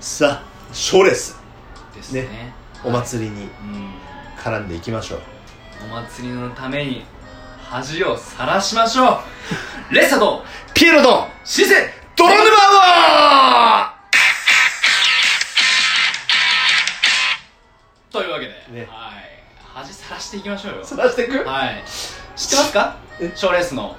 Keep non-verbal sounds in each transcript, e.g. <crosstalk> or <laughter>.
さあショレスですねねお祭りにう絡んでいきましょう、んお祭りのために恥をさらしましょ <laughs> うレッサとピエロとシセ泥沼はというわけで、ねはい恥さらしていきましょうよさらしていくはい知ってますかえ賞レースの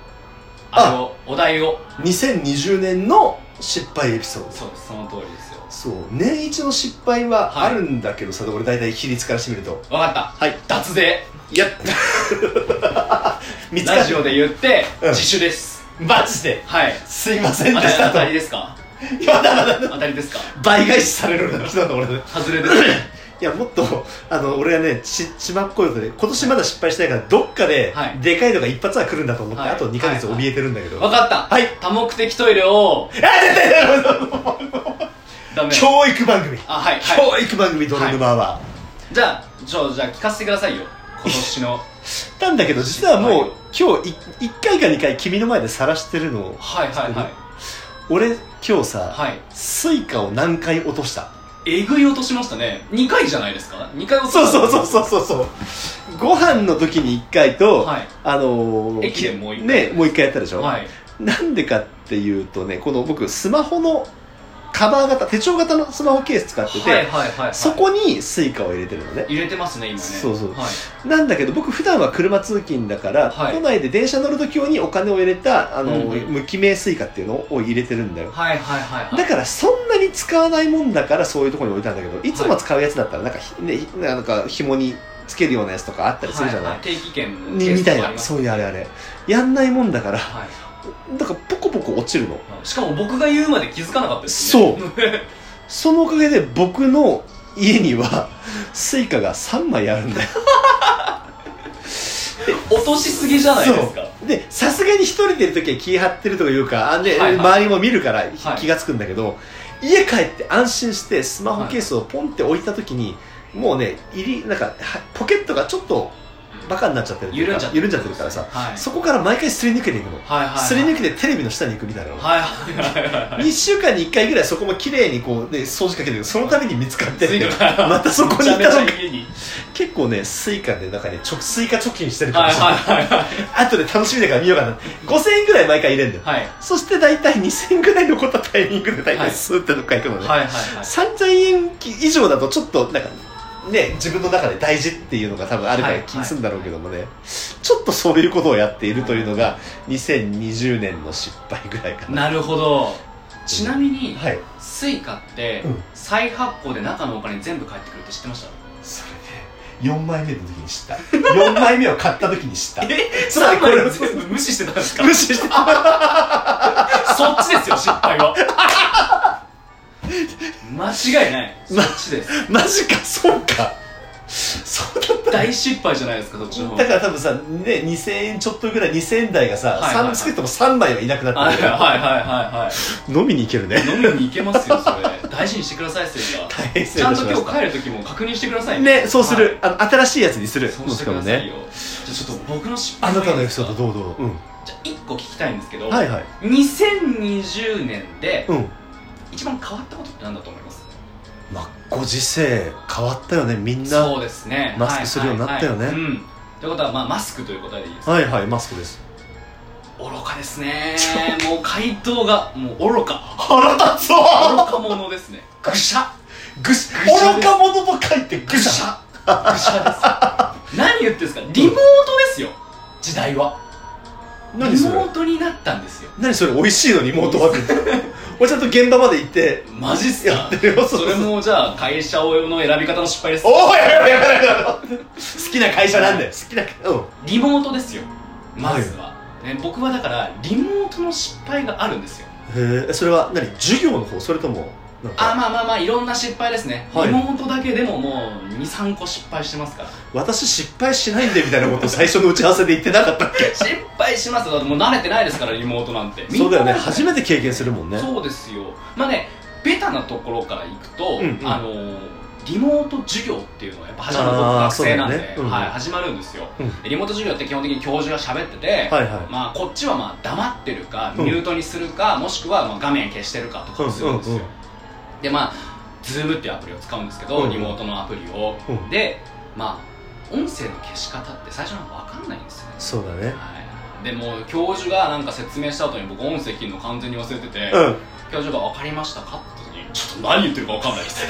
あのお題を2020年の失敗エピソードそうですその通りですよそう年一の失敗ははあいるんだけどさ、俺大体比率からしてみると分かったはい脱税やっ <laughs> 見つかラっジオで言って、うん自首ですマジではいすいません当でたりした当とたりですかやだだだ当たりですか倍返しされるような人だと俺ね外れで <laughs> すねいやもっとあの俺はねちちまっこいことで今年まだ失敗してないからどっかで、はいでかいのが一発は来るんだと思って、はいあと2ヶ月怯えてるんだけど、分かった、はい多目的トイレをあ絶対ダメだダメ <laughs> 教育番組、あはいはい教育番組ドルヌマーは、じゃあ、じゃあ、じゃあ聞かせてくださいよ。今年 <laughs> の。なんだけど実ははもいう今日い1回か2回君の前で晒してるのをはいはいはい。俺今日さ、はい。スイカを何回落としたえぐい落としましたね。2回じゃないですか ?2 回落としそうた。そうそうそうそうそうご飯の時に1回と、はい。あのー、駅でもう一回ねもう一回やったでしょ、はい。なんでかっていうとねこの僕スマホのカバー型手帳型のスマホケース使ってて、はいはいはいはい。そこにスイカを入れてるのね入れてますね、今ね。そうそうはい。なんだけど僕普段は車通勤だから、はい都内で電車乗る時用にお金を入れたあの、うんうん無記名スイカっていうのを入れてるんだよはいはいはいはい。だからそんなに使わないもんだからそういうところに置いたんだけどいつも使うやつだったらなんかひ、ね、ひなんか紐につけるようなやつとかあったりするじゃない、はは定期券にみたいなそそういうあれあれやんないもんだからはい。だからポコポコ落ちるのしかも僕が言うまで気づかなかったですね。。そうそのおかげで僕の家にはスイカが3枚あるんだよ <laughs> 落としすぎじゃないですか。でさすがに一人でいる時は気張ってるというかあで、はいは周いりも見るから気がつくんだけど、家帰って安心してスマホケースをポンって置いた時に、もうね入りなんかはポケットがちょっとバカになっちゃってるというか緩んじゃってる。るからさ、はい。そこから毎回すり抜けていくの、はいはいはい。すり抜けてテレビの下に行くみたいなの、はいはいはい <laughs> はい。 2週間に1回ぐらいそこも綺麗にこうね掃除かけてるけどそのために見つかって、スイカがまたそこにめち行ゃっめたちのゃが家に。結構ねスイカでなんかねちょスイカ貯金してるかはらいさ、はいはい後で楽しみだから見ようかな5000円ぐらい毎回入れるんだよ、はい。そして大体2000円ぐらい残ったタイミングで大は体いスーってどっか行くのね、はいはいはい。 3000円以上だとちょっとなんかね自分の中で大事っていうのが多分あるから気にするんだろうけどもね、ちょっとそういうことをやっているというのが2020年の失敗ぐらいかななるほどちなみに、はいスイカって、うん再発行で中のお金全部返ってくるって知ってましそれで4枚目の時に知った4枚目を買った時に知った <laughs> たつまりこれを三枚全部無視してたんですか無視してそっちですよ失敗は <laughs> 間違いないそっちですマジかそうかそうだった大失敗じゃないですかそっちの方だから多分さ、ね、2000円ちょっとぐらい2000円台がさ、はいはいはい3つけても3枚はいなくなはっいはいてるはいはい飲みに行けるねはい飲みに行けますよそれ大事にしてくださいスイカ大変失ち礼いゃたんしとまし今た日帰る時も確認してくださいねそうする、あの新しいやつにすはるいそうしてくださいよ、じゃあちょっと僕の失あ敗なたのエでピすソードどうどう、うじゃあ1個聞きたいんですけど、ん、はいはい2020年でうん一番変わったことって何だと思いますまあご時世変わったよねみんなそうですねマスクするようになったよねはいはいはいうんということは、まあ、マスクということでいいです、はいはいマスクです愚かですねもう回答がもう愚か腹立つわ愚か者ですねぐしゃぐしぐしゃ愚か者と書いてぐぐ <laughs> ししゃゃぐしゃです何言ってるんですかリモートですよ時代はリモートになったんですよ何それ美味しいのリモート <laughs> ワーク俺ちゃんと現場まで行ってマジっすやかってるよそれもじゃあ会社の選び方の失敗ですおおやめろやめろやめろ好きな会社なんだよ好きな会うんリモートですよまずは、ね、僕はだからリモートの失敗があるんですよへえそれは何授業の方それともなんあかまあまあまあいろんな失敗ですね、はいリモートだけでももう23個失敗してますから私失敗しないんでみたいなことを最初の打ち合わせで言ってなかったっけ失敗しますよだってもう慣れてないですからリモートなんて <laughs> そうだよね初めてて経験するもんねそうですよまあねベタなところからいくと、うんうんあのーリモート授業っていうのがやっぱ始まる僕あー学生なんで、そうだよねうんはい、始まるんですよ、うんでリモート授業って基本的に教授が喋ってて、はいはまあ、こっちはまあ黙ってるかうんミュートにするか、もしくはまあ画面消してるかとかをするんですよ、うんうんでまあズームっていうアプリを使うんですけど、うんリモートのアプリを、うんでまあ音声の消し方って最初なんか分かんないんですよねそうだねはいでもう教授がなんか説明した後に僕音声切るの完全に忘れてて、うん教授が「分かりましたか?」って時に「 <laughs> ちょっと何言ってるか分かんない <laughs> です」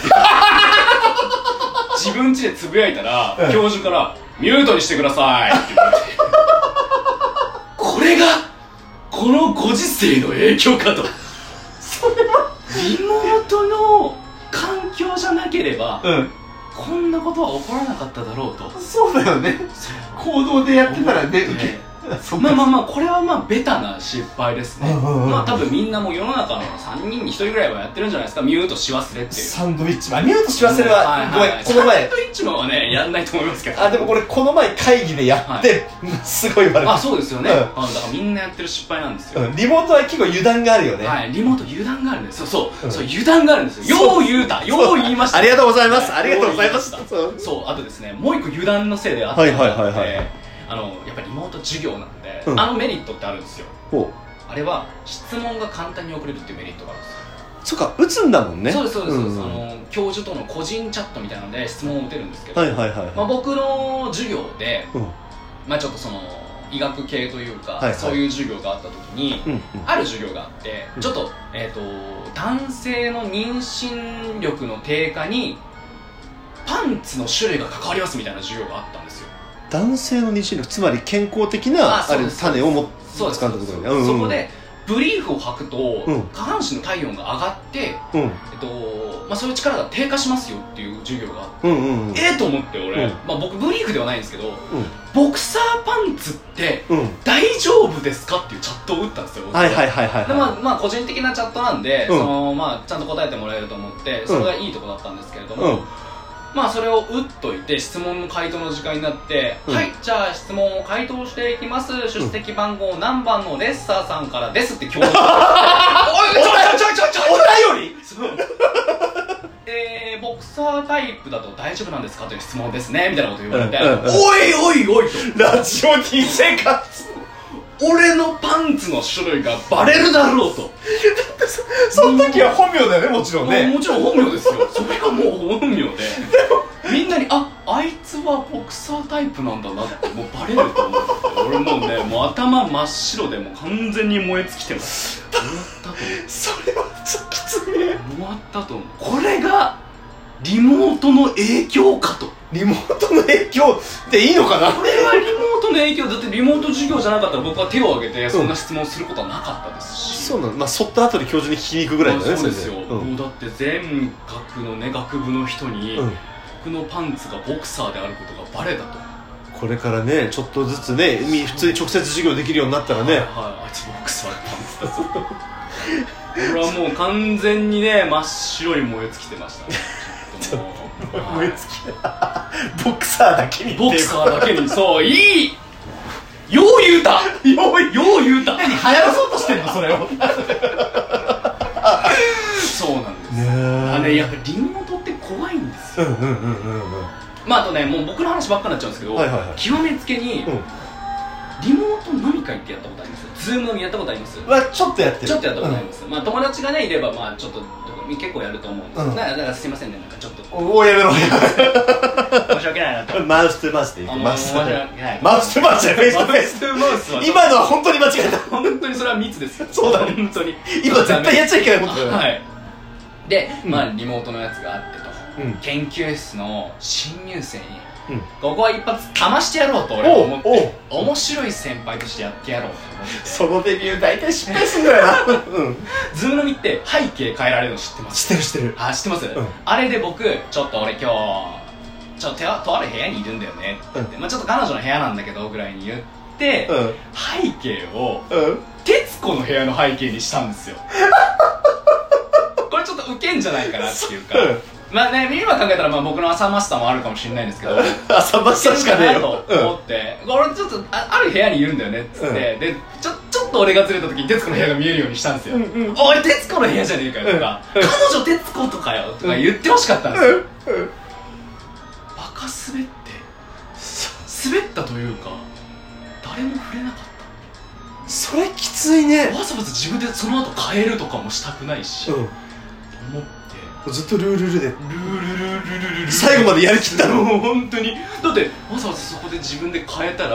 自分家でつぶやいたら、うん教授から「ミュートにしてください」って言われてこれがこのご時世の影響かとそれはリモートの環境じゃなければうこんなことは起こらなかっただろうとんそうだよね行動でやってたらね受けそっまあかまあまあこれはまあベタな失敗ですね、うんうんうんまあ多分みんなもう世の中の3人に1人ぐらいはやってるんじゃないですかミュートし忘れっていうサンドウィッチマンミュートし忘れはいははごいめんこの前サンドイッチマンはねやんないと思いますけどあでもこれこの前会議でやって、すごい言われあたそうですよね、うんあのだからみんなやってる失敗なんですよ、うんリモートは結構油断があるよね、はい、リモート油断があるんですよそう、うんそう油断があるんですよよう言うたよう言いましたありがとうございますはありがとうございましたよう言そういそうあとですねもう一個油断のせいであったのがあって、はいはいはいはいあのやっぱりリモート授業なんで、うんあのメリットってあるんですよほあれは質問が簡単に送れるっていうメリットがあるんですようそっか打つんだもんねそうですそうです、んあの教授との個人チャットみたいなので質問を打てるんですけど、はいはいはいまあ、は僕の授業で、いうんまあ、ちょっとその医学系というか、はいはいそういう授業があった時に、うんうんある授業があってうんちょっと,、えー、と男性の妊娠力の低下にパンツの種類が関わりますみたいな授業があったんですよ男性の妊娠力つまり健康的なああそうれです種をもそうです使うってことだよねそうんうんこでブリーフを履くと、うん下半身の体温が上がって、えうんっとまあ、そういう力が低下しますよっていう授業があって。うんうんうんええと思って俺、うんまあ、僕ブリーフではないんですけどボクサーパンツってうんうん大丈夫ですかっていうチャットを打ったんですよ僕はいはいはいはいでまはあまあ、個人的なチャットなんで、うんそのまあ、ちゃんと答えてもらえると思ってそれがいいとこだったんですけれどいも、まあ、それを打っといて質問の回答の時間になって、うんはいじゃあ質問を回答していきます出席番号何番のレッサーさんからですって今日おいおいちょいちょいちょいちょいお便りそう <laughs> えー、ボクサータイプだと大丈夫なんですかという質問ですねみたいなこと言われて、うんうんうんおいおいおいラジオ DJ かと俺のパンツの種類がバレるだろうとその時は本名だよねもちろんもうねもちろん本名ですよそれがもう本名でみんなにああいつはボクサータイプなんだなってもうバレると思って俺もうねもう頭真っ白でもう完全に燃え尽きてます終わったと思うそれはちょっときついね終わったと思うこれがリモートの影響かとリモートの影響っていいのかなこれはリモートの影響だってリモート授業じゃなかったら僕は手を挙げてそんな質問することはなかったですし、そうなのまあそった後で教授に聞きに行くぐらいだよねあそうですよ、れでうんもうだって全学のね学部の人に、うん僕のパンツがボクサーであることがバレたとこれからねちょっとずつねみ普通に直接授業できるようになったらね <laughs> はい、あいつボクサーでパンツだぞ俺はもう完全にね真っ白い燃え尽きて <laughs> ましたねちょっともう燃え尽き <laughs> ボクサーだけにボクサーだけにそういいよう言うたよう言うた流行らそうとしてんのそれをねそうなんですああれやっぱりリモートって怖いんですうよ、んうんうんうんうんまああとねもう僕の話ばっかになっちゃうんですけど、はいはいはい極めつけに、うんリモート飲み会ってやったことありますズーム飲みやったことありますはちょっとやってるちょっとやったことあります、まあ友達がねいればまあちょっと結構やると思うんです、うんなだからすいませんねなんかちょっとうんおおやめろ申し訳ないなとマウスとマウスで言あう <laughs> のマウ申スしとマ訳ウスないマウスとマウスでフェイスとフェイスマウスマウスは今のは本当に間違えた本当にそれは密です <laughs> よそうだね本当に今絶対やっちゃいけないことだよねはいで、うんまあリモートのやつがあってとうん研究室の新入生に、うんここは一発かましてやろうと俺はお思っおて面白い先輩としてやってやろうと思ってそのデビュー大体失敗すんだよなうん <laughs> ズームのみって背景変えられるの知ってます知ってる知ってるあ知ってます、うんあれで僕ちょっと俺今日ちょっとととある部屋にいるんだよねって言って、まあ、ちょっと彼女の部屋なんだけどぐらいに言って、うん背景をうん徹子の部屋の背景にしたんですよこれちょっとウケんじゃないかなっていうかまあね今考えたらまあ僕の朝マスターもあるかもしれないんですけど浅場さんしかねえよと思って、俺ちょっとあある部屋にいるんだよねっつって、うんでちょちょっと俺がずれた時に徹子の部屋が見えるようにしたんですよ、うんうんおい徹子の部屋じゃねえかよとか、うんうん彼女徹子とかよとか言ってほしかったんですよ、うんうんバカ滑って滑ったというか誰も触れなかっそれきついねたわざわざ自分でその後変えるとかもしたくないし、うん思ってずっとルールルでルールルールルルル最後までやりきったのもう本当にだってわざわざそこで自分で変えたら、ん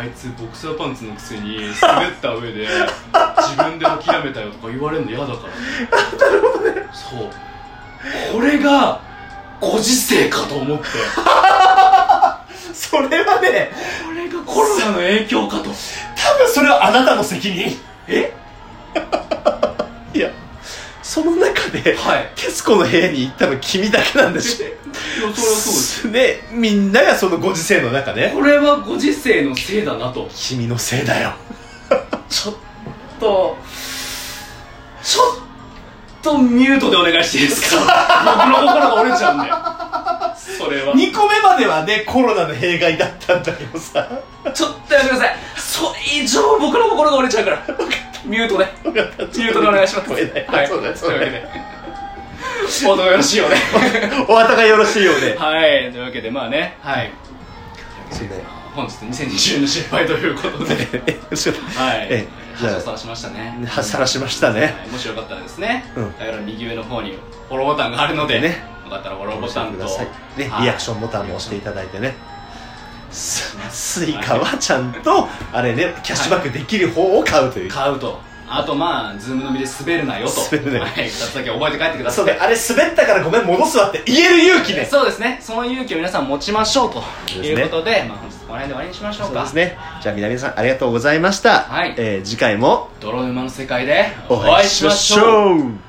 あいつボクサーパンツのくせに滑った上で自分で諦めたよとか言われるの嫌だからそうこれがご時世かと思ってそれはねこれがコロナの影響かと多分それはあなたの責任えいやその中ではい「徹子の部屋」に行ったの君だけなんでいやそしょれはそうですねみんながそのご時世の中ねこれはご時世のせいだなと君のせいだよちょっと、ちょっとミュートでお願いしていいですか僕の心が折れちゃうんで。それは。 2個目まではねコロナの弊害だったんだけどさちょっとやめてください。それ以上僕の心が折れちゃうから。ミュートで。ミュミュートでお願いします。はい。そうだねとそういうだわねけで。おとよろしいよね。お後がよろしいようではい。というわけで、まあね。はい。そうね本日2020年の失敗ということで。はい。えじゃあ恥をさらしましたね。はさらしましたねはいもしよかったらですね、うん概要欄右上の方にフォローボタンがあるので、ねよかったらフォローボタンくとださいねはいリアクションボタンも押していただいてねススイカはちゃんとあれねキャッシュバックできる方を買うという買うとあとまあズームのみで滑るなよと滑るなよはい、2つだけ覚えて帰ってくださそいうねあれ滑ったからごめん戻すわって言える勇気ねそうですねその勇気を皆さん持ちましょうとうですいねうことでまあ、本日この辺で終わりにしましょうそうかですねじゃあ皆さんありがとうございましたはいえー次回も泥沼の世界でお会いしましょう